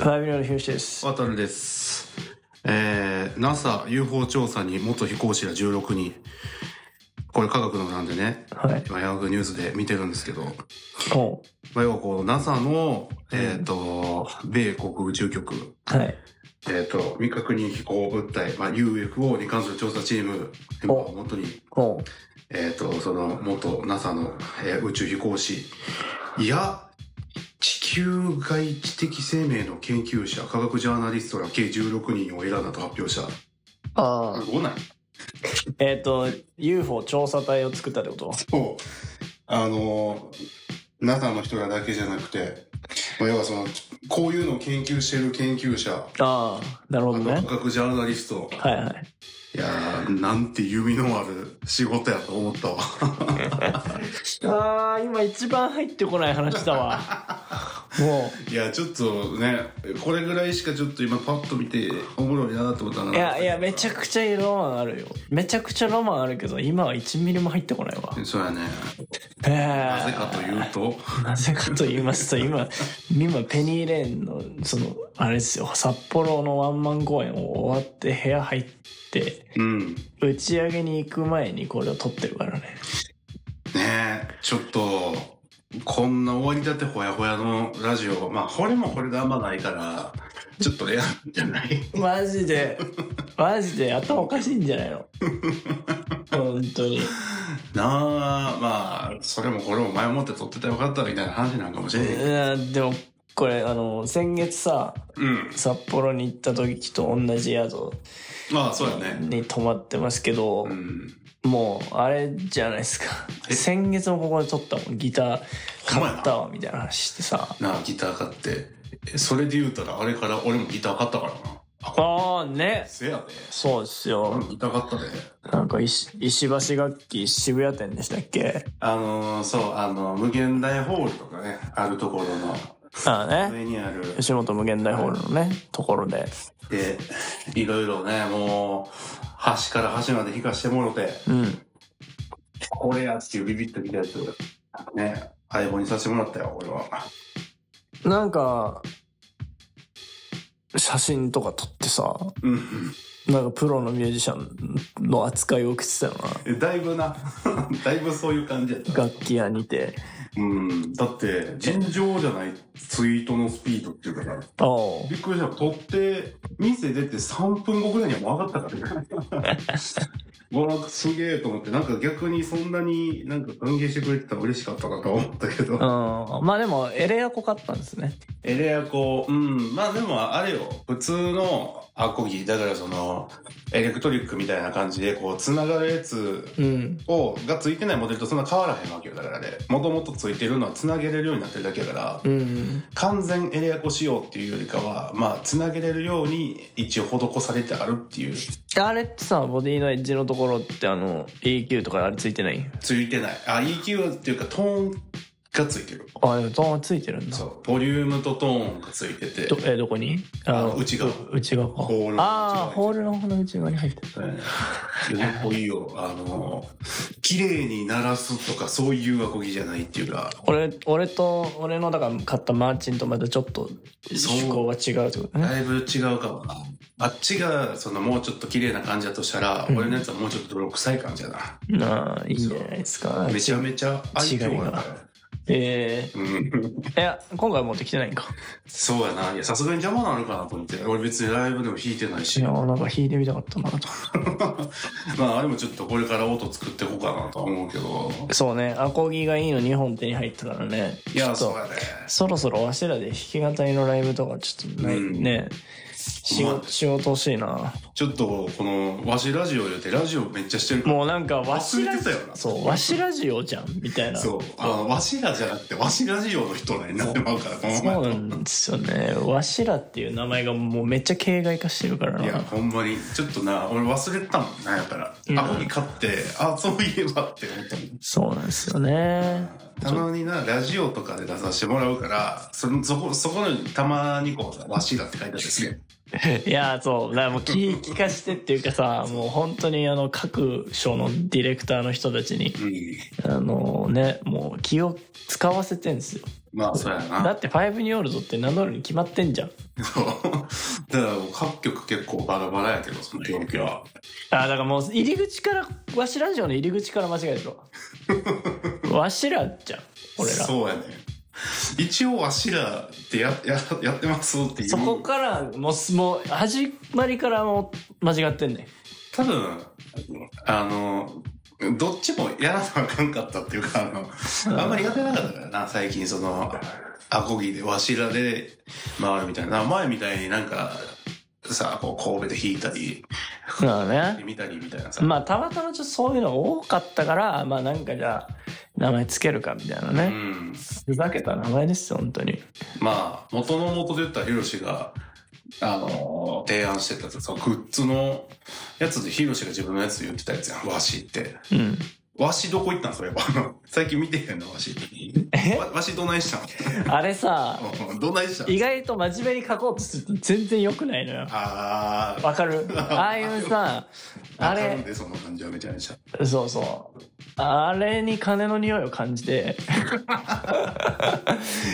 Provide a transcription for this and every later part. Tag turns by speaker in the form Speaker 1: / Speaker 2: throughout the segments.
Speaker 1: はい、ミラルヒューシです。
Speaker 2: 渡るです。えー、NASA UFO 調査に元飛行士ら16人。これ科学のなんでね、
Speaker 1: はい。
Speaker 2: 今ヤフーニュースで見てるんですけど、
Speaker 1: おう
Speaker 2: まあ、要はこう NASA の、えっ、と、米国宇宙局、
Speaker 1: はい。
Speaker 2: えっ、と、未確認飛行物体、まあ、UFO に関する調査チーム、今を元に、
Speaker 1: おう
Speaker 2: えっ、と、その元 NASA の、えー宇宙飛行士や、地球外知的生命の研究者、科学ジャーナリストら計16人を選んだと発表した。
Speaker 1: ああ。
Speaker 2: 5ない
Speaker 1: えっ、と、UFO 調査隊を作ったってこと
Speaker 2: そう。あのー、NASA の人らだけじゃなくて、まあ要はその、こういうのを研究してる研究者、
Speaker 1: ああ、なるほどね。
Speaker 2: 科学ジャーナリスト、
Speaker 1: はいはい。
Speaker 2: いやー、なんて弓のある仕事やと思ったわ。
Speaker 1: ああ、今一番入ってこない話だわ。 も
Speaker 2: いや、ちょっとね、これぐらいしかちょっと今パッと見て、おもろいなと思ったな。
Speaker 1: う。いやいや、めちゃくちゃロマンあるよ。めちゃくちゃロマンあるけど、今は1ミリも入ってこないわ。
Speaker 2: そうやね。
Speaker 1: え
Speaker 2: なぜ
Speaker 1: え
Speaker 2: かという と、
Speaker 1: なぜかと言いますと、今、今、ペニーレーンの、その、あれですよ、札幌のワンマン公演を終わって部屋入って、
Speaker 2: うん。
Speaker 1: 打ち上げに行く前にこれを撮ってるからね。
Speaker 2: ねえ、ちょっと、こんな終わりだってほやほやのラジオ、まあ、これもこれであんまないから、ちょっとレアなんじゃない
Speaker 1: マジで、マジで頭おかしいんじゃないの本当に。
Speaker 2: なあ、まあ、それもこれも前もって撮ってたらよかったみたいな話なんかもしれない。
Speaker 1: うんでも、これ、あの、先月さ、
Speaker 2: うん。
Speaker 1: 札幌に行った時と同じ宿
Speaker 2: まあ、そうやね。
Speaker 1: に泊まってますけど、
Speaker 2: うん。
Speaker 1: もう、あれじゃないですか。
Speaker 2: え
Speaker 1: 先月もここで撮ったもん。ギター買ったわ、みたいな話してさ。
Speaker 2: なあ、ギター買って。えそれで言うたら、あれから俺もギター買ったからな。あ、
Speaker 1: ああ、ね。
Speaker 2: せやで。
Speaker 1: そうですよ
Speaker 2: 俺。もギター買ったで。
Speaker 1: なんか石、石橋楽器渋谷店でしたっけ
Speaker 2: あのーそう、あの、無限大ホールとかね、あるところの
Speaker 1: ああね。
Speaker 2: 上にある。
Speaker 1: 吉本無限大ホールのね、ところで。
Speaker 2: で、いろいろね、もう、端から端まで引かしてもろて、
Speaker 1: うん。
Speaker 2: これやっていうビビッときたやつ、ね、相棒にさせてもらったよ、俺は。
Speaker 1: なんか、写真とか撮ってさ、
Speaker 2: うん。
Speaker 1: なんかプロのミュージシャンの扱いを受けてたよな。
Speaker 2: えだいぶな、 だいぶそういう感じやった。
Speaker 1: 楽器屋にて。
Speaker 2: うん。だって、尋常じゃないツイートのスピードっていうかさ、
Speaker 1: ああ。
Speaker 2: びっくりした。撮って、店出て3分後ぐらいにはもう上がったからね。 うわ、すげえと思って、なんか逆にそんなになんか歓迎してくれてたら嬉しかったなと思ったけど。
Speaker 1: うん。まあでも、エレアコ買ったんですね。
Speaker 2: エレアコ、うん、まあでもあれよ、普通のアコギ、だからその、エレクトリックみたいな感じで、こう、繋がるやつ
Speaker 1: うん。
Speaker 2: を、がついてないモデルとそんな変わらへんわけよ、だからね。もともとついてるのは繋げれるようになってるだけだから、
Speaker 1: うん。
Speaker 2: 完全エレアコ仕様っていうよりかは、まあ、繋げれるように一応施されてあるっていう、
Speaker 1: あれってさ、ボディのエッジのところってあの、EQ とかあれついてない
Speaker 2: ついてない。あ、EQ っていうか、トーンがついてる。
Speaker 1: あ、でもトーンついてるんだ。
Speaker 2: そう、ボリュームとトーンがついてて
Speaker 1: ど、、え、どこに
Speaker 2: あの内側。
Speaker 1: 内側か。
Speaker 2: ホールの内側に
Speaker 1: ああ、ホールの方の内側に入ってる。
Speaker 2: 結構 いいよ。あの、綺麗に鳴らすとかそういうアコギじゃないっていうか、
Speaker 1: 俺、俺と、俺のだから買ったマーチンとまたちょっと
Speaker 2: そう
Speaker 1: 思考が違うってことね。
Speaker 2: だいぶ違うかもな。あっちが、そのもうちょっと綺麗な感じだとしたら、
Speaker 1: うん
Speaker 2: 俺のやつはもうちょっと泥臭い感じだな。
Speaker 1: なあ、いいじゃないですか。
Speaker 2: めちゃめちゃ愛嬌がある。
Speaker 1: え
Speaker 2: うん。
Speaker 1: ー、いや、今回は持ってきてないんか。
Speaker 2: そうやな。いや、さすがに邪魔なのかなと思って。俺別にライブでも弾いてない
Speaker 1: い
Speaker 2: し。
Speaker 1: や、
Speaker 2: ま
Speaker 1: なんか弾いてみたかったなと。
Speaker 2: あ、あれもちょっとこれから音作っていこうかなとは思うけど。
Speaker 1: そうね、アコギがいいの2本手に入ったからね。
Speaker 2: いや、
Speaker 1: ちょっ
Speaker 2: そう
Speaker 1: と
Speaker 2: やね。
Speaker 1: そろそろわしらで弾き語りのライブとかちょっとね、
Speaker 2: うん
Speaker 1: ね仕
Speaker 2: まあ
Speaker 1: 事、仕事欲しいな。
Speaker 2: ちょっと、この、わしラジオ言うて、ラジオめっちゃしてる
Speaker 1: もうなんかわし
Speaker 2: 忘
Speaker 1: ラ
Speaker 2: れて
Speaker 1: ジ
Speaker 2: たよ
Speaker 1: オ、
Speaker 2: な。
Speaker 1: そう、わしラジオじゃん、みたいな。
Speaker 2: そう。あわしらじゃなくて、わしラジオの人らになってまうから、この
Speaker 1: そう
Speaker 2: 前。
Speaker 1: なんですよね。わしらっていう名前がもうめっちゃ形骸化してるから
Speaker 2: いや、
Speaker 1: な。
Speaker 2: ほんまに、ちょっとな、俺忘れてたもんな、やから
Speaker 1: う。ん
Speaker 2: アコギ買って、あ、そういえばって思ったもん
Speaker 1: そうなんですよね。
Speaker 2: たまにな、ラジオとかで出させてもらうから、そのそこ、そこにたまにこうさ、わしらって書いてあるんですね。
Speaker 1: いや、そう、だからもう聞きかしてっていうかさ、もう本当にあの各所のディレクターの人たちに、
Speaker 2: う
Speaker 1: あのね、もう気を使わせてんですよ。
Speaker 2: まあ、そうやな。
Speaker 1: だってファイブニオールドって名乗るに決まってんじゃん。
Speaker 2: そう。だからもう各局結構バラバラやけど、その病気は。
Speaker 1: あ、だからもう入り口から、わしラジオの入り口から間違えて るわ。わしらじゃん、俺ら。そ
Speaker 2: そうやね。一応、わしらってやややってますっていう。
Speaker 1: こから、もうす、もう、始まりからもう間違って んねん。
Speaker 2: 多分、あの、どっちもやらなあかんかったっていうか、あの、あんまりやってなかったからな、最近、その、アコギで、わしらで回るみたいな。前みたいになんか、さ、こう、神戸で弾いたり、
Speaker 1: そうだね。
Speaker 2: 見たりみたいなさ。
Speaker 1: まあ、たまたまちょっとそういうのが多かったから、まあなんかじゃあ、名前つけるかみたいな
Speaker 2: う
Speaker 1: ね。
Speaker 2: ん。
Speaker 1: ふざけた名前ですよ、本当に。
Speaker 2: まあ、元の元で言ったらヒロシが、あの提案してたそのグッズのやつでヒロシが自分のやつ言ってたやつやん、わしって。
Speaker 1: うん。
Speaker 2: わしどこ行ったんそれやっぱあの 最近見てへんの、わし。
Speaker 1: え
Speaker 2: わわしどないした
Speaker 1: あれさ、
Speaker 2: んうん どないしたん
Speaker 1: 意外と真面目に書こうとすると全然良くないのよ。
Speaker 2: あー。
Speaker 1: わか るああいうさ、あ
Speaker 2: わかるん
Speaker 1: れ、
Speaker 2: でその感じはめちゃめちゃ。
Speaker 1: そうそう。あれに金の匂いを感じ て。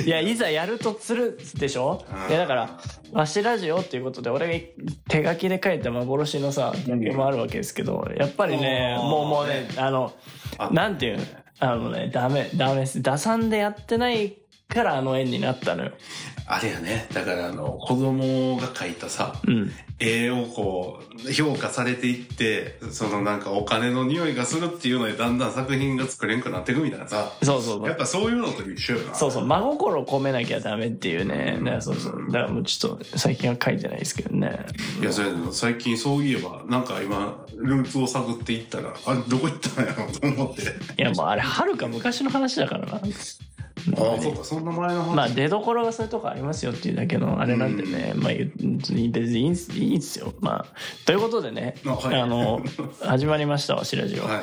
Speaker 1: いや、いざやるとするでしょ
Speaker 2: うん
Speaker 1: いや、だから、わしラジオっていうことで、俺が手書きで書いた幻のさ、原稿もあるわけですけど、やっぱりね、
Speaker 2: おー
Speaker 1: もうもうね、あの、
Speaker 2: あ
Speaker 1: なんていうのあのね、ダメ、ダメです。打算でやってないからあの縁になったのよ。
Speaker 2: あれやね。だからあの、子供が描いたさ、
Speaker 1: うん。
Speaker 2: 絵をこう、評価されていって、そのなんかお金の匂いがするっていうので、だんだん作品が作れんくなっていくみたいなさ。
Speaker 1: そうそうそう
Speaker 2: やっ。ぱそういうのと一緒よな。
Speaker 1: そうそう、真心を込めなきゃダメっていうね。だからそうそう。だからもうちょっと最近は書いてないですけどね。
Speaker 2: いや、それでも最近そういえば、なんか今、ルーツを探っていったら、あれ、どこ行ったんやろうと 思って。
Speaker 1: いやもうあれ、はるか昔の話だからな。
Speaker 2: ああ、そうか、そんな前の話。
Speaker 1: まあ出どころがそういうとこありますよっていうだけのあれなんでね、まあ言う別にいいんすいいんすよ。まあ、ということでね、
Speaker 2: あ
Speaker 1: あ,、
Speaker 2: はい
Speaker 1: の、始まりましたわ、白ジオ。
Speaker 2: はい。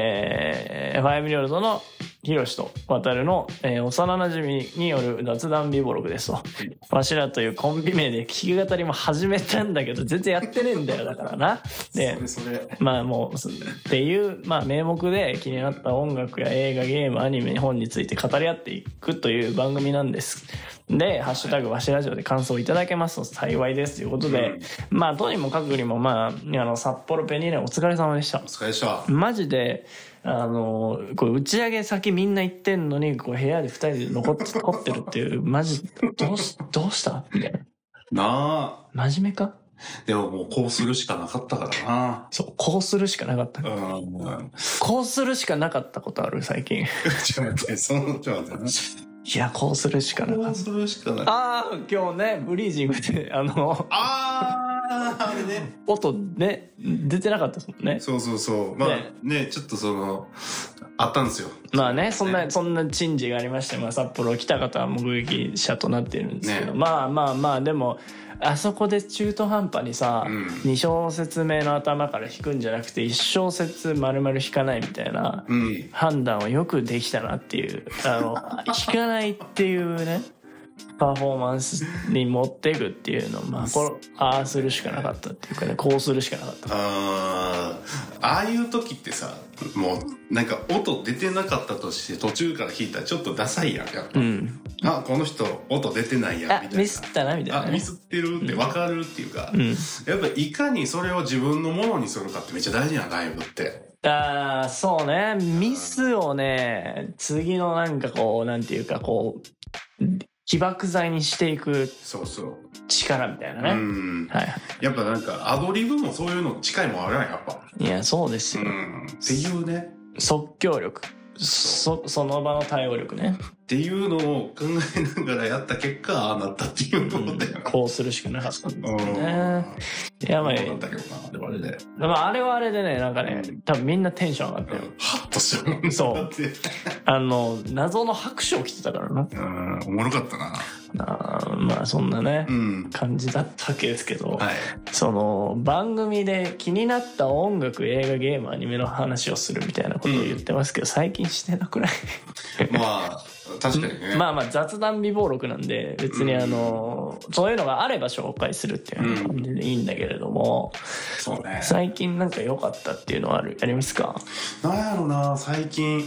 Speaker 1: えー、ファイブリオルドのヒロシと渡るの、えー幼なじみによる雑談美ボログですと。わしらというコンビ名で弾き語りも始めたんだけど、全然やってねえんだよ、だからな。で
Speaker 2: そ、れそれ。
Speaker 1: まあもう、すっていう、まあ名目で気になった音楽や映画、ゲーム、アニメ、本について語り合っていくという番組なんです。で、ハッシュタグわしラジオで感想をいただけますと幸いですということで、まあとにもかくにも、まあ、あの、札幌ペニーレお疲れ様でした
Speaker 2: お。疲れでした。
Speaker 1: マジで、あの、これ打ち上げ先みんな行ってんのに、こう部屋で二人で残って、残ってるっていう、マジ、どうし、どうしたみたい
Speaker 2: なあ。
Speaker 1: な。真面目か
Speaker 2: でももうこうするしかなかったからな。
Speaker 1: そう、こうするしかなかった。
Speaker 2: うん。
Speaker 1: こうするしかなかったことある、最近。
Speaker 2: ちょっと待って、その、ちょっと待っ
Speaker 1: いや、こうするしか
Speaker 2: て
Speaker 1: な
Speaker 2: な。
Speaker 1: かっ
Speaker 2: こう
Speaker 1: た。
Speaker 2: するしかない。あ
Speaker 1: ああ、今日ね、ブリージングで、あの、
Speaker 2: あーあれね。
Speaker 1: 音ね、出てなかったですもんね。
Speaker 2: そうそうそう。まあ
Speaker 1: ね
Speaker 2: ね、ちょっとその、あったんですよ。
Speaker 1: まあね、そんな、
Speaker 2: ね
Speaker 1: そんな珍事がありまして、まあ札幌来た方は目撃者となっているんですけど、
Speaker 2: ね
Speaker 1: まあまあまあ、でも、あそこで中途半端にさ、
Speaker 2: うん
Speaker 1: 二2小節目の頭から弾くんじゃなくて、1小節丸々弾かないみたいな
Speaker 2: うん。
Speaker 1: 判断をよくできたなっていう、あの、弾かないっていうね、パフォーマンスに持っていくっていうの、まあ、これ、ああするしかなかったっていうかね、こうするしかなかった。
Speaker 2: あーああいう時ってさもうなんか音出てなかったとして途中から弾いたらちょっとダサいやんやっぱ
Speaker 1: うん。
Speaker 2: あこの人音出てないや
Speaker 1: あ
Speaker 2: んみ、たいな
Speaker 1: ミスったな、みたいな、
Speaker 2: あ
Speaker 1: ね。
Speaker 2: ミスってるって分かるっていうか、
Speaker 1: うん。
Speaker 2: やっぱいかにそれを自分のものにするかってめっちゃ大事やんライブって
Speaker 1: ああそうねミスをね次のなんかこうなんていうかこう起爆剤にしていく
Speaker 2: そうそう、
Speaker 1: 力みたいなね、
Speaker 2: うん
Speaker 1: はいは
Speaker 2: やっぱなんかアドリブもそういうの近いもんあるやんやっぱ
Speaker 1: いいやそうです
Speaker 2: う
Speaker 1: よ、
Speaker 2: んっていうね
Speaker 1: 即興力そその場の対応力ね、
Speaker 2: っていうのを考えながらやった結果ああなったっていう
Speaker 1: う
Speaker 2: こと
Speaker 1: ん
Speaker 2: だよな、
Speaker 1: こうするしかなかったんだ
Speaker 2: う
Speaker 1: よ
Speaker 2: ん
Speaker 1: ねいやばい
Speaker 2: そうなんだけどなでもあれで
Speaker 1: まああれはあれでねなんかね多分みんなテンション上がったよ、
Speaker 2: ハッとしたもん
Speaker 1: そう
Speaker 2: だって
Speaker 1: あの謎の拍手をきてたからな
Speaker 2: うんおもろかったな
Speaker 1: あーまあそんなね、
Speaker 2: うん
Speaker 1: 感じだったわけですけど、
Speaker 2: はい
Speaker 1: その番組で気になった音楽映画ゲームアニメの話をするみたいなことを言ってますけど、最近してなくない
Speaker 2: まあ確かにね、
Speaker 1: まあまあ雑談美貌録なんで別にあの、そういうのがあれば紹介するっていう感じでいいんだけれども、
Speaker 2: そうね
Speaker 1: 最近なんか良かったっていうのはあるありますか
Speaker 2: なんやろな最近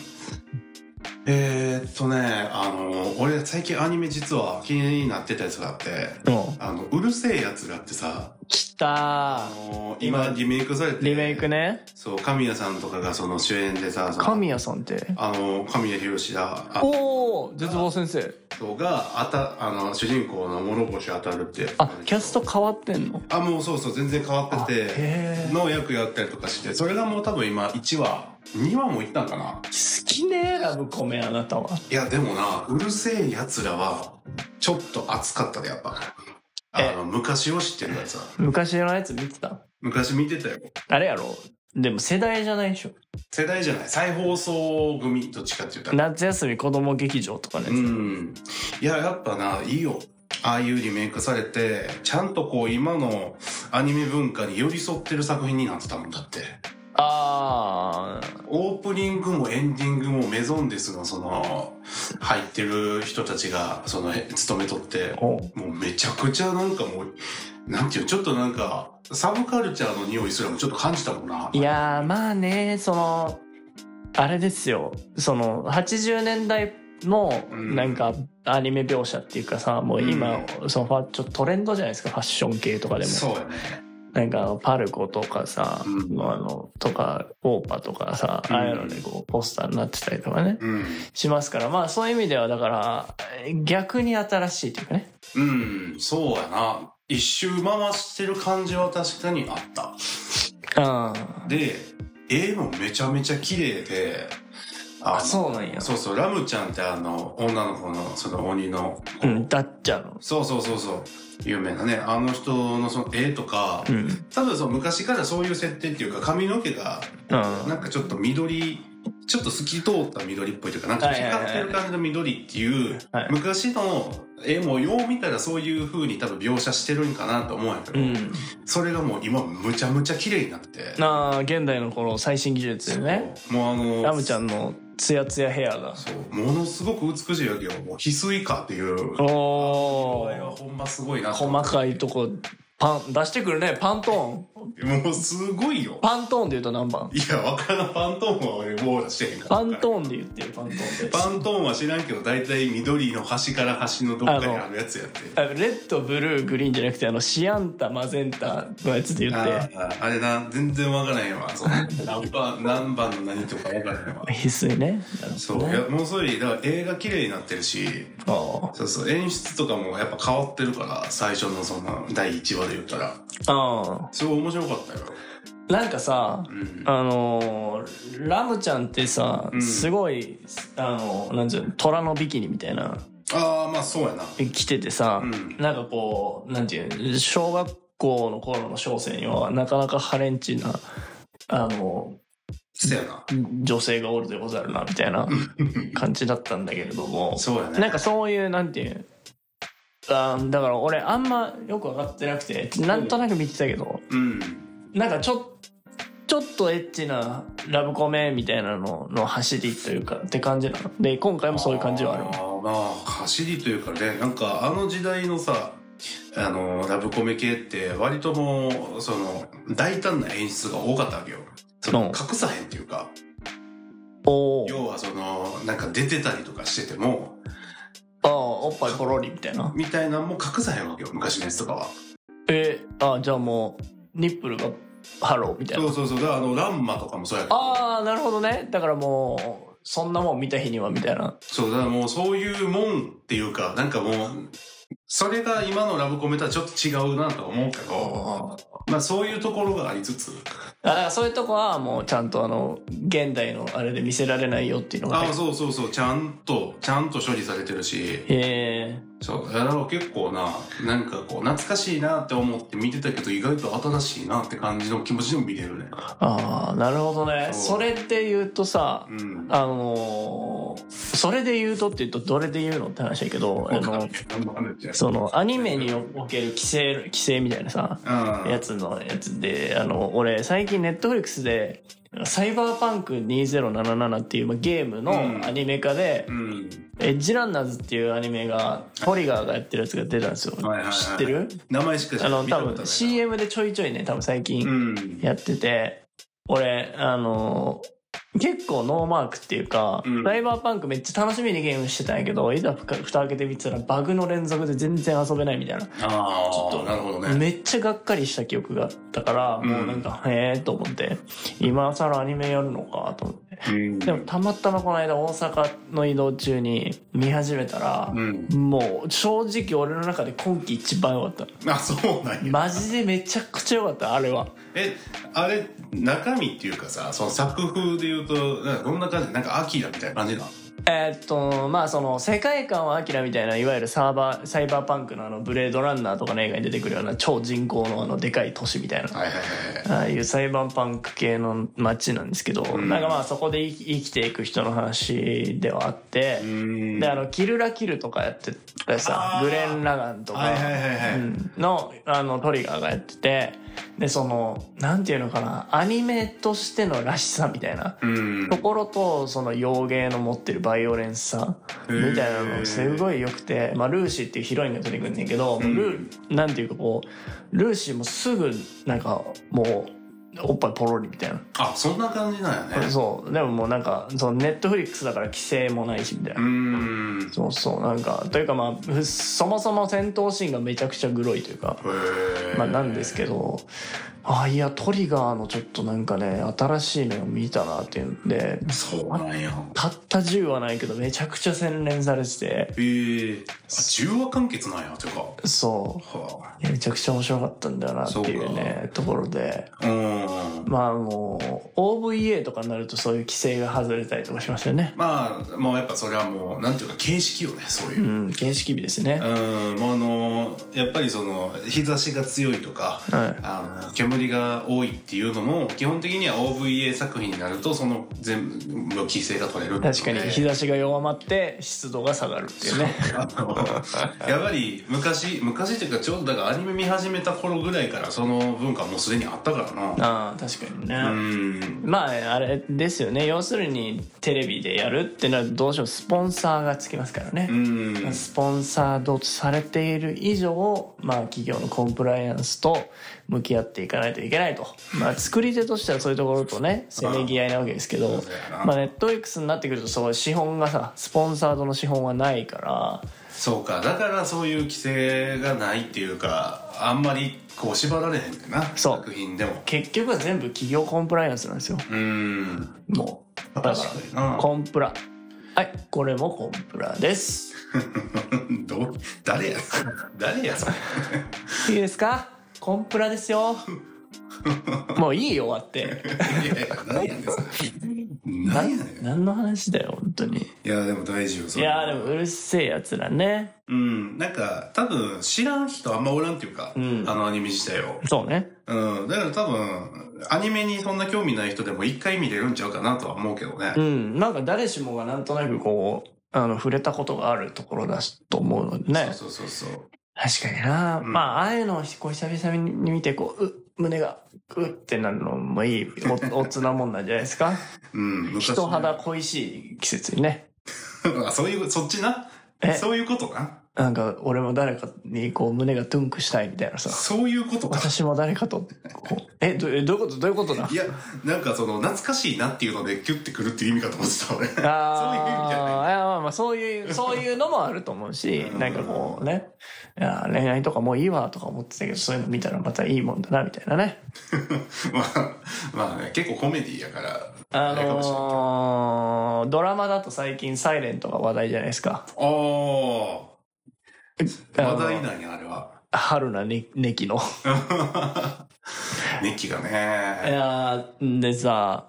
Speaker 2: えー、っとね、あの、俺最近アニメ実は気になってたやつがあって、
Speaker 1: も
Speaker 2: あの、うるせえやつらってさ、
Speaker 1: う、来た
Speaker 2: あの、今リメイクされて、
Speaker 1: リメイクね。
Speaker 2: そう、神谷さんとかがその主演でさ、その
Speaker 1: 神谷さんって。
Speaker 2: あの、神谷博史だ、あ
Speaker 1: おお絶望先生。
Speaker 2: とが、あた、あの、主人公の諸星当たるって。
Speaker 1: あ、キャスト変わってんの
Speaker 2: あ、もうそうそう、全然変わって
Speaker 1: あ
Speaker 2: て、
Speaker 1: へー
Speaker 2: の役やったりとかして、それがもう多分今1話、2話もいったんかな
Speaker 1: 好きねラブコメあなたは。
Speaker 2: いやでもなうるせえやつらはちょっと熱かったでやっぱあ
Speaker 1: え
Speaker 2: の昔を知ってるやつは
Speaker 1: 昔のやつ見てた
Speaker 2: 昔見てたよ
Speaker 1: あれやろでも世代じゃないでしょ。
Speaker 2: 世代じゃない再放送組どっちかって言ったら
Speaker 1: 夏休み子供劇場とかね
Speaker 2: う。んいややっぱないいよああいうリメイクされてちゃんとこう今のアニメ文化に寄り添ってる作品になってたもんだって
Speaker 1: あ
Speaker 2: オープニングもエンディングもメゾンデスのその入ってる人たちがその勤めとって
Speaker 1: あ。お
Speaker 2: もうめちゃくちゃなんかもう、なんていうのちょっとなんか、サブカルチャーの匂いすらもちょっと感じたもんな。
Speaker 1: いやーまあねそのあれですよその80年代の
Speaker 2: うん
Speaker 1: なんかアニメ描写っていうかさ、もう今、そのファちょっとトレンドじゃないですかファッション系とかでも
Speaker 2: そうやね。
Speaker 1: なんかパルコとかさ、
Speaker 2: うん
Speaker 1: あのとかオーパとかさ、ああいうのでこうポスターになってたりとかね
Speaker 2: うん。
Speaker 1: しますからまあそういう意味ではだから逆に新しいというかね
Speaker 2: うん、そうやな。一周回してる感じは確かにあった。
Speaker 1: うん
Speaker 2: で、絵もめちゃめちゃ綺麗で、あの
Speaker 1: あそうなんや
Speaker 2: そうそう、ラムちゃんってあの、女の子の、その鬼の、
Speaker 1: うんダッチャの
Speaker 2: そうそうそうそう、有名なね、あの人のその絵とか、
Speaker 1: うんうん
Speaker 2: 多分そう昔からそういう設定っていうか、髪の毛がなんかちょっと緑ちょっと透き通った緑っぽいというかなんか光ってる感じの緑っていう
Speaker 1: はい
Speaker 2: 昔の絵もよう見たらそういう風に多分描写してるんかなと思うんやけ
Speaker 1: う
Speaker 2: ど、
Speaker 1: ん
Speaker 2: それがもう今むちゃむちゃ綺麗になってて
Speaker 1: なあ現代のこの最新技術でね
Speaker 2: そうもうあの
Speaker 1: ラムちゃんのツヤツヤヘアが
Speaker 2: そうものすごく美しいわけよもう翡翠かっていう
Speaker 1: お
Speaker 2: これは
Speaker 1: お
Speaker 2: ほんますごいなと思
Speaker 1: 細
Speaker 2: って
Speaker 1: かいとこパン出してくるねパントーン
Speaker 2: もうすごいよ
Speaker 1: パントーンで言うと何番
Speaker 2: いやわからんファントーンは俺網羅してへんから
Speaker 1: パントーンで言ってるパントーンで
Speaker 2: パントーンは知らんけど大体緑の端から端のどっかにあるやつやって
Speaker 1: あレッドブルーグリーンじゃなくてあのシアンタマゼンタのやつで言っ
Speaker 2: あ
Speaker 1: て
Speaker 2: ああれな全然わからへんわその何番何番の何とかわからへんわ
Speaker 1: 翡翠ねなる
Speaker 2: そ
Speaker 1: ほど
Speaker 2: うい
Speaker 1: ね
Speaker 2: やもうそれだから映画綺麗になってるし
Speaker 1: あ
Speaker 2: そうそう演出とかもやっぱ変わってるから最初のその第1話で言ったら
Speaker 1: あ
Speaker 2: すごい面白かったよ
Speaker 1: うんなんかさ
Speaker 2: うん
Speaker 1: あのーラムちゃんってさ、
Speaker 2: うん
Speaker 1: すごいあのなんていうの虎のビキニみたいな
Speaker 2: ああまあそうやな
Speaker 1: 来ててさ、
Speaker 2: うん
Speaker 1: なんかこうなんていうの小学校の頃の小生にはなかなかハレンチなあの
Speaker 2: そうやな
Speaker 1: 女性がおるでござるなみたいな感じだったんだけれども
Speaker 2: そうやね
Speaker 1: なんかそういうなんていうあーだから俺あんまよく分かってなくてなんとなく見てたけど
Speaker 2: うん
Speaker 1: なんかちょちょっとエッチなラブコメみたいなのの走りというかって感じなので今回もそういう感じはある
Speaker 2: あーまあ走りというかねなんかあの時代のさあのラブコメ系って割ともうその大胆な演出が多かったわけよその
Speaker 1: うん
Speaker 2: 隠さへんっていうか
Speaker 1: おー
Speaker 2: 要はそのなんか出てたりとかしてても
Speaker 1: あーおっぱいポロリみたいな
Speaker 2: みたいなんも隠さへんわけよ昔のやつとかは
Speaker 1: えあじゃあもうニップルがハローみたい
Speaker 2: そ
Speaker 1: な
Speaker 2: うそうそうだからあのランマとかもそうやけど
Speaker 1: ああなるほどねだからもうそんなもん見た日にはみたいな
Speaker 2: そうだからもうそういうもんっていうかなんかもうそれが今のラブコメとはちょっと違うなとは思うけど
Speaker 1: あ
Speaker 2: まあそういうところがありつつ
Speaker 1: だからそういうとこはもうちゃんとあの現代のあれで見せられないよっていうのが
Speaker 2: ああそうそうそうちゃんとちゃんと処理されてるし
Speaker 1: へえ
Speaker 2: そうだから結構ななんかこう懐かしいなって思って見てたけど意外と新しいなって感じの気持ちでも見れるね
Speaker 1: ああなるほどね
Speaker 2: そ
Speaker 1: そうれで言うとさ
Speaker 2: うん
Speaker 1: あのーそれで言うとって言うとどれで言うのって話やけどあのそのアニメにおける規制規制みたいなさ
Speaker 2: うん
Speaker 1: やつのやつであの俺最近ネットフリックスで「サイバーパンク2077」っていうまあゲーム
Speaker 2: うん
Speaker 1: のアニメ化で
Speaker 2: うん
Speaker 1: 「エッジランナーズ」っていうアニメがトリガーがやってるやつが出たんですよ
Speaker 2: はいはいはい
Speaker 1: 知ってる
Speaker 2: 名前しか知
Speaker 1: あ
Speaker 2: らな
Speaker 1: の
Speaker 2: い
Speaker 1: 多分 CM でちょいちょいね多分最近
Speaker 2: うん
Speaker 1: やってて俺あの結構ノーマークっていうか、
Speaker 2: うん
Speaker 1: サイバーパンクめっちゃ楽しみにゲームしてたんやけどいざふか蓋開けてみたらバグの連続で全然遊べないみたいな
Speaker 2: ああ、
Speaker 1: ちょっと
Speaker 2: なるほどね。
Speaker 1: めっちゃがっかりした記憶があったから、
Speaker 2: うん
Speaker 1: もうなんか、へえーと思って、今更アニメやるのかと思って。
Speaker 2: うん
Speaker 1: でもたまたまこの間大阪の移動中に見始めたら、
Speaker 2: うん。
Speaker 1: もう正直俺の中で今季一番良かった。
Speaker 2: あ、そうなんや。
Speaker 1: マジでめちゃくちゃ良かった、あれは。
Speaker 2: え、あれ、中身っていうかさ、その作風で言うと、なんかどんな感じなんか、アキラみたいな感じなの
Speaker 1: えーっと、まあその世界観はアキラみたいな、いわゆるサーバー、サイバーパンクのあのブレードランナーとかの映画に出てくるような超人口のあのでかい都市みたいな。
Speaker 2: はいはいはいはい。
Speaker 1: ああいうサイバーパンク系の街なんですけど、
Speaker 2: ん
Speaker 1: なんかまあそこで生き生きていく人の話ではあって、
Speaker 2: ん
Speaker 1: であのキルラキルとかやってたりさ
Speaker 2: あー
Speaker 1: グレン・ラガンとか、
Speaker 2: はいはいはいはい
Speaker 1: うんのあのトリガーがやっててでそのなんていうのかなアニメとしてのらしさみたいな。
Speaker 2: うん
Speaker 1: と。ころとその洋芸の持ってるバイオレンスさ
Speaker 2: へー
Speaker 1: みたいなのがすごい良くて、まあ、ルーシーっていうヒロインが出てくるんだけど、ルーなんていうかこうルーシーもすぐなんかもうおっぱいポロリみたいな、
Speaker 2: あ、そんな感じなんやね。
Speaker 1: そうでももうなんかそのネットフリックスだから規制もないしみたいな、
Speaker 2: うん。へ
Speaker 1: そうそうなんかというかまあふそもそも戦闘シーンがめちゃくちゃグロいというか。
Speaker 2: え。
Speaker 1: まあ、なんですけど、あいやトリガーのちょっとなんかね新しいのを見たなっていうんで
Speaker 2: そうなんや。
Speaker 1: たった10はないけどめちゃくちゃ洗練されてて
Speaker 2: ええ。あ、中和完結なんや、というか。
Speaker 1: そう
Speaker 2: はい
Speaker 1: やめちゃくちゃ面白かったんだよなっていう
Speaker 2: そ
Speaker 1: ねところで
Speaker 2: あ。うん。
Speaker 1: まあもう OVA とかになるとそういう規制が外れたりとかしますよね
Speaker 2: まあ、もうやっぱそれはもう、なんていうか、形式よね、そういう
Speaker 1: う。ん形式美ですね
Speaker 2: うん、もうあのやっぱりその日差しが強いとか、
Speaker 1: はい
Speaker 2: あの煙が多いっていうのも基本的には OVA 作品になるとその全部規制が取れるので
Speaker 1: 確かに日差しが弱まって湿度が下がるっていうね
Speaker 2: あの やっぱり昔昔っていうかちょうどだからアニメ見始めた頃ぐらいからその文化もうすでにあったから
Speaker 1: ああ確かにね、
Speaker 2: なうん
Speaker 1: まああれですよね要するにテレビでやるってのはどうしてもスポンサーがつきますからね、
Speaker 2: うん
Speaker 1: スポンサードとされている以上、まあ、企業のコンプライアンスと向き合っていかないといけないと、まあ、作り手としてはそういうところとねせめぎ合いなわけですけど
Speaker 2: そうだよな
Speaker 1: まあ、ネットフリックスになってくるとそう資本がさスポンサードの資本はないから
Speaker 2: そうかだからそういう規制がないっていうかあんまりこう縛られへんねんな
Speaker 1: そう
Speaker 2: 作品でも
Speaker 1: 結局は全部企業コンプライアンスなんですよ
Speaker 2: うん
Speaker 1: もうだ
Speaker 2: 確
Speaker 1: か
Speaker 2: かにな
Speaker 1: らコンプラはいこれもコンプラです
Speaker 2: どう誰や 誰やそれ
Speaker 1: いいですかコンプラですよもういいよ終わって
Speaker 2: いやいや何やねんそれ何やねん
Speaker 1: 何の話だよ本当に
Speaker 2: いやでも大丈夫そ
Speaker 1: い
Speaker 2: れ
Speaker 1: やーでもうるせえやつらね
Speaker 2: うんなんか多分知らん人あんまおらんっていうか、
Speaker 1: うん
Speaker 2: あのアニメ自体を
Speaker 1: そうね
Speaker 2: うんだから多分アニメにそんな興味ない人でも一回見れるんちゃうかなとは思うけどね
Speaker 1: うんなんか誰しもがなんとなくこうあの触れたことがあるところだしと思うのでね
Speaker 2: そうそうそうそう
Speaker 1: 確かにな、
Speaker 2: うん
Speaker 1: まあああいうのをこう久々に見てこうう胸がうってなるのもいいお おつなもんなんじゃないですか
Speaker 2: うん昔ね
Speaker 1: 人肌恋しい季節にね
Speaker 2: あそういうそっちな
Speaker 1: え
Speaker 2: そういうことな
Speaker 1: なんか俺も誰かにこう胸がトゥンクしたいみたいなさ
Speaker 2: そういうことか
Speaker 1: 私も誰かとこうえどえどういうことどういうことだ
Speaker 2: いやなんかその懐かしいなっていうのでキュッてくるっていう意味かと思ってた俺 そういう意味じゃ
Speaker 1: ああ、いやまあまあそういう、そういうのもあると思うし、なんかこうね、いや恋愛とかもういいわとか思ってたけど、そういうの見たらまたいいもんだな、みたいなね。
Speaker 2: まあ、まあね、結構コメディやから。
Speaker 1: あ
Speaker 2: れかもしれんけど
Speaker 1: のードラマだと最近サイレントが話題じゃないですか。
Speaker 2: ああ、話題
Speaker 1: あの
Speaker 2: なんや、あれは。
Speaker 1: 春菜ね、ねきの。
Speaker 2: 熱気が
Speaker 1: い
Speaker 2: ね。
Speaker 1: やーでさ、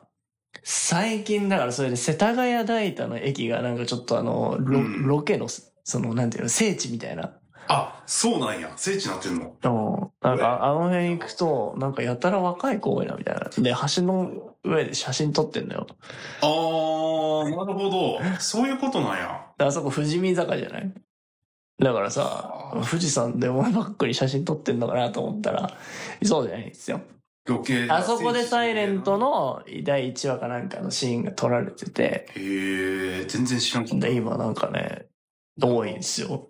Speaker 1: 最近だからそれで世田谷大田の駅がなんかちょっとあの、ロ,、
Speaker 2: うん
Speaker 1: ロケの、そのなんていうの、聖地みたいな。
Speaker 2: あ、そうなんや。聖地なってんの。
Speaker 1: うん。なんか、あの辺行くと、なんかやたら若い子多いな、みたいな。で、橋の上で写真撮ってんのよ。
Speaker 2: ああ、なるほど。そういうことなんや。
Speaker 1: であそこ富士見坂じゃないだからさ
Speaker 2: あ、ー
Speaker 1: 富士山でお前ばっかり写真撮ってんのかなと思ったら、そうじゃないんですよ。
Speaker 2: ロケ。
Speaker 1: あそこでサイレント
Speaker 2: の。
Speaker 1: の第1話かなんかのシーンが撮られてて、
Speaker 2: へえ、全然知らんかった。
Speaker 1: で、今なんかね、多いんですよ。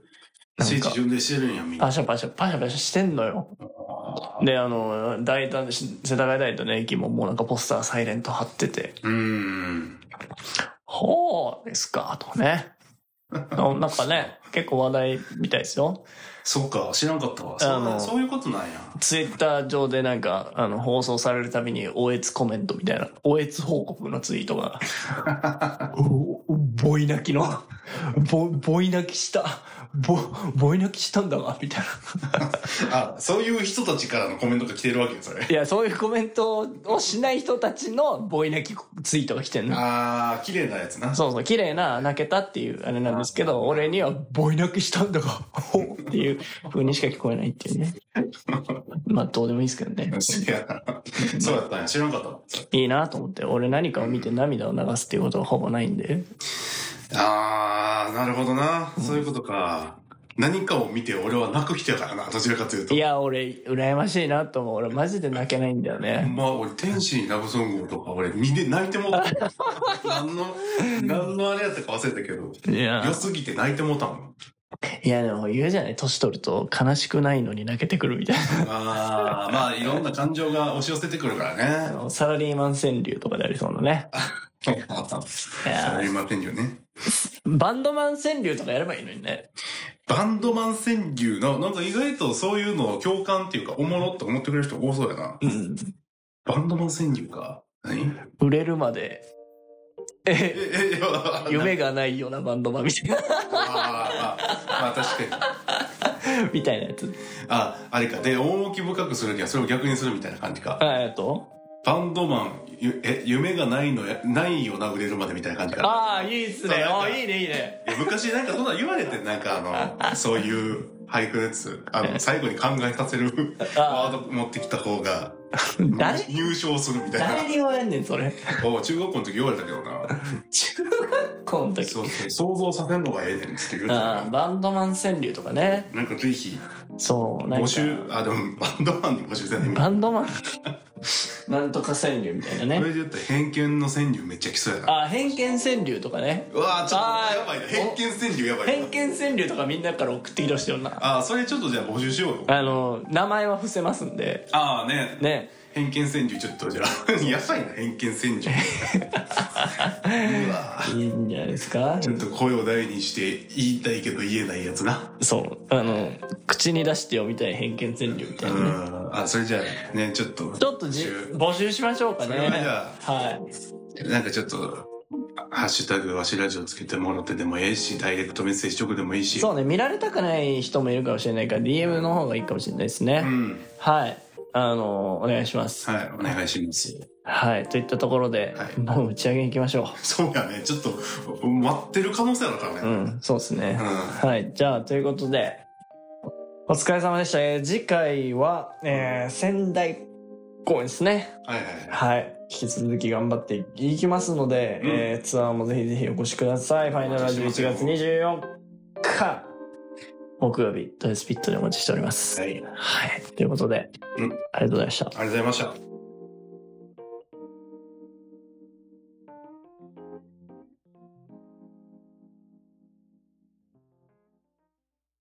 Speaker 1: なん
Speaker 2: 聖
Speaker 1: か
Speaker 2: 地、巡礼してるんや、みんな。
Speaker 1: パシャパシャ、パシャパシャしてんのよ。で、あの、大胆、し世田谷大との駅ももうなんかポスターサイレント貼ってて、
Speaker 2: うーん。
Speaker 1: ほうですか、とね。ななんかね、結構話題みたいですよ。
Speaker 2: そっか、知らんかったわ。
Speaker 1: あ
Speaker 2: そう
Speaker 1: の
Speaker 2: そういうことなんや。
Speaker 1: ツイッター上でなんか、あの、放送されるたびに、おえつコメントみたいな、おえつ報告のツイートが、 おおボイ泣きの、ボ、ボイ泣きした、ボ、ボイ泣きしたんだわ、みたいな。
Speaker 2: あ、そういう人たちからのコメントが来てるわけよ、それ。
Speaker 1: いや、そういうコメントをしない人たちのボイ泣きツイートが来てんの。
Speaker 2: あー、綺麗なやつな。
Speaker 1: そうそう、綺麗な泣けたっていうあれなんですけど、俺にはボイ泣きしたん だが、ほうっていう風にしか聞こえないっていう ね。まあ、どうでもいいですけどね。
Speaker 2: いや、そうやったんや。知らんかったわ。
Speaker 1: いいなと思って、俺何かを見て涙を流すっていうことはほぼないんで。
Speaker 2: あー、なるほどな。そういうことか。何かを見て俺は泣く人やからな、どちらかというと。
Speaker 1: いや、俺、羨ましいなと思う。俺、マジで泣けないんだよ
Speaker 2: ほ
Speaker 1: ね。
Speaker 2: んまあ、俺、天使にラブソングとか、俺、見て、泣いてもうた。 何の、何のあれやったか忘れたけど、
Speaker 1: いや
Speaker 2: 良、すぎて泣いてもうたもん。
Speaker 1: いや、でも言うじゃない。年取ると悲しくないのに泣けてくるみたい
Speaker 2: あー、まあ、いろんな感情が押し寄せてくるから
Speaker 1: な。あ
Speaker 2: ね。
Speaker 1: のサラリーマン川柳とかでありそうなね。い
Speaker 2: サラ
Speaker 1: や
Speaker 2: リーマン川柳ね。
Speaker 1: バンドマン川柳とかやればいいのにね。
Speaker 2: バンドマン川柳の、なんか意外とそういうのを共感っていうか、おもろって思ってくれる人多そうやな。
Speaker 1: うん。
Speaker 2: バンドマン川柳か。何
Speaker 1: 売れるま で、え、
Speaker 2: え、え、いや
Speaker 1: 夢がないようなバンドマンみたいな、
Speaker 2: あーまあ、まあ確かに。
Speaker 1: みたいなやつ。
Speaker 2: あ、あれか。で、重き深くするにはそれを逆にするみたいな感じか。
Speaker 1: あ、えっと。
Speaker 2: バンドマン、ゆえ、夢がないのや、ないよな、売れるまでみたいな感じか。
Speaker 1: ああ、いいっすね。ああ、いいね、いいね。
Speaker 2: いや昔なんかそんなん言われて、なんか あの、そういう俳句のやつ、あの、最後に考えさせ るワード持ってきた方が、
Speaker 1: 誰
Speaker 2: 入賞するみたいな。
Speaker 1: 誰に言われんねん、そ れ。
Speaker 2: お中学校の時言われたけ どな。
Speaker 1: 中学校の時。
Speaker 2: そうそう。想像させるのがええねんっつって言うて
Speaker 1: ああ、バンドマン川柳とかね。
Speaker 2: なんかぜひ、
Speaker 1: そう、なん
Speaker 2: 募
Speaker 1: か。
Speaker 2: 集、あ、でもバンドマンに募集せんねん。こ
Speaker 1: バンド マン。なんとか川柳みたいな
Speaker 2: れ
Speaker 1: ね。
Speaker 2: で言ったら偏見の川柳めっちゃ来そうやな。
Speaker 1: ああ、偏見川柳とかね。
Speaker 2: うわーちょっ
Speaker 1: あー
Speaker 2: とやばいな。偏見川柳やばいな
Speaker 1: 偏。見川柳とかみんなから送ってきてほしいよな。
Speaker 2: あー、それちょっとじゃあ募集しようよ。
Speaker 1: あの、名前は伏せますんで。
Speaker 2: ああね。
Speaker 1: ね。
Speaker 2: 偏見川柳ちょっとじゃあ。 やばいな、偏見川 柳。うわー
Speaker 1: いいんじゃないですか。
Speaker 2: ちょっと声を大にして言いたいけど言えないやつな。
Speaker 1: そう。あの、口に出して読みたい偏見川柳み
Speaker 2: う
Speaker 1: たいなね。
Speaker 2: ん。あ、それじゃあね、ちょっと。
Speaker 1: ちょっとじ募集しましょうかね。
Speaker 2: それはじゃ
Speaker 1: はい。
Speaker 2: なんかちょっと、ハッシュタグわしラジオつけてもらってでもええし、ダイレクトメッセージ直でもいいし。
Speaker 1: そうね、見られたくない人もいるかもしれないから、DM の方がいいかもしれないですね。
Speaker 2: うん。
Speaker 1: はい。あの、お願いします。
Speaker 2: はい、お願いします。
Speaker 1: はい。といったところで、
Speaker 2: はい
Speaker 1: もう打ち上げに行きましょ
Speaker 2: そうやね、ちょっと、待ってる可能性あるから
Speaker 1: う。う
Speaker 2: ね。
Speaker 1: ん、そうですね。
Speaker 2: う
Speaker 1: はい。じゃあ、ということで、お疲れ様でした。えー次回は、えー仙台公演ですね。
Speaker 2: ん。はいはいはい。
Speaker 1: はい。引き続き頑張っていきますので、
Speaker 2: うん
Speaker 1: えーツアーもぜひぜひお越しください。ファイナルラジオ1月24日、木曜日、ドイツピットでお待ちしております。
Speaker 2: はい。ありが
Speaker 1: はい。ということで、
Speaker 2: うん
Speaker 1: ありがとうございました。
Speaker 2: とうございました。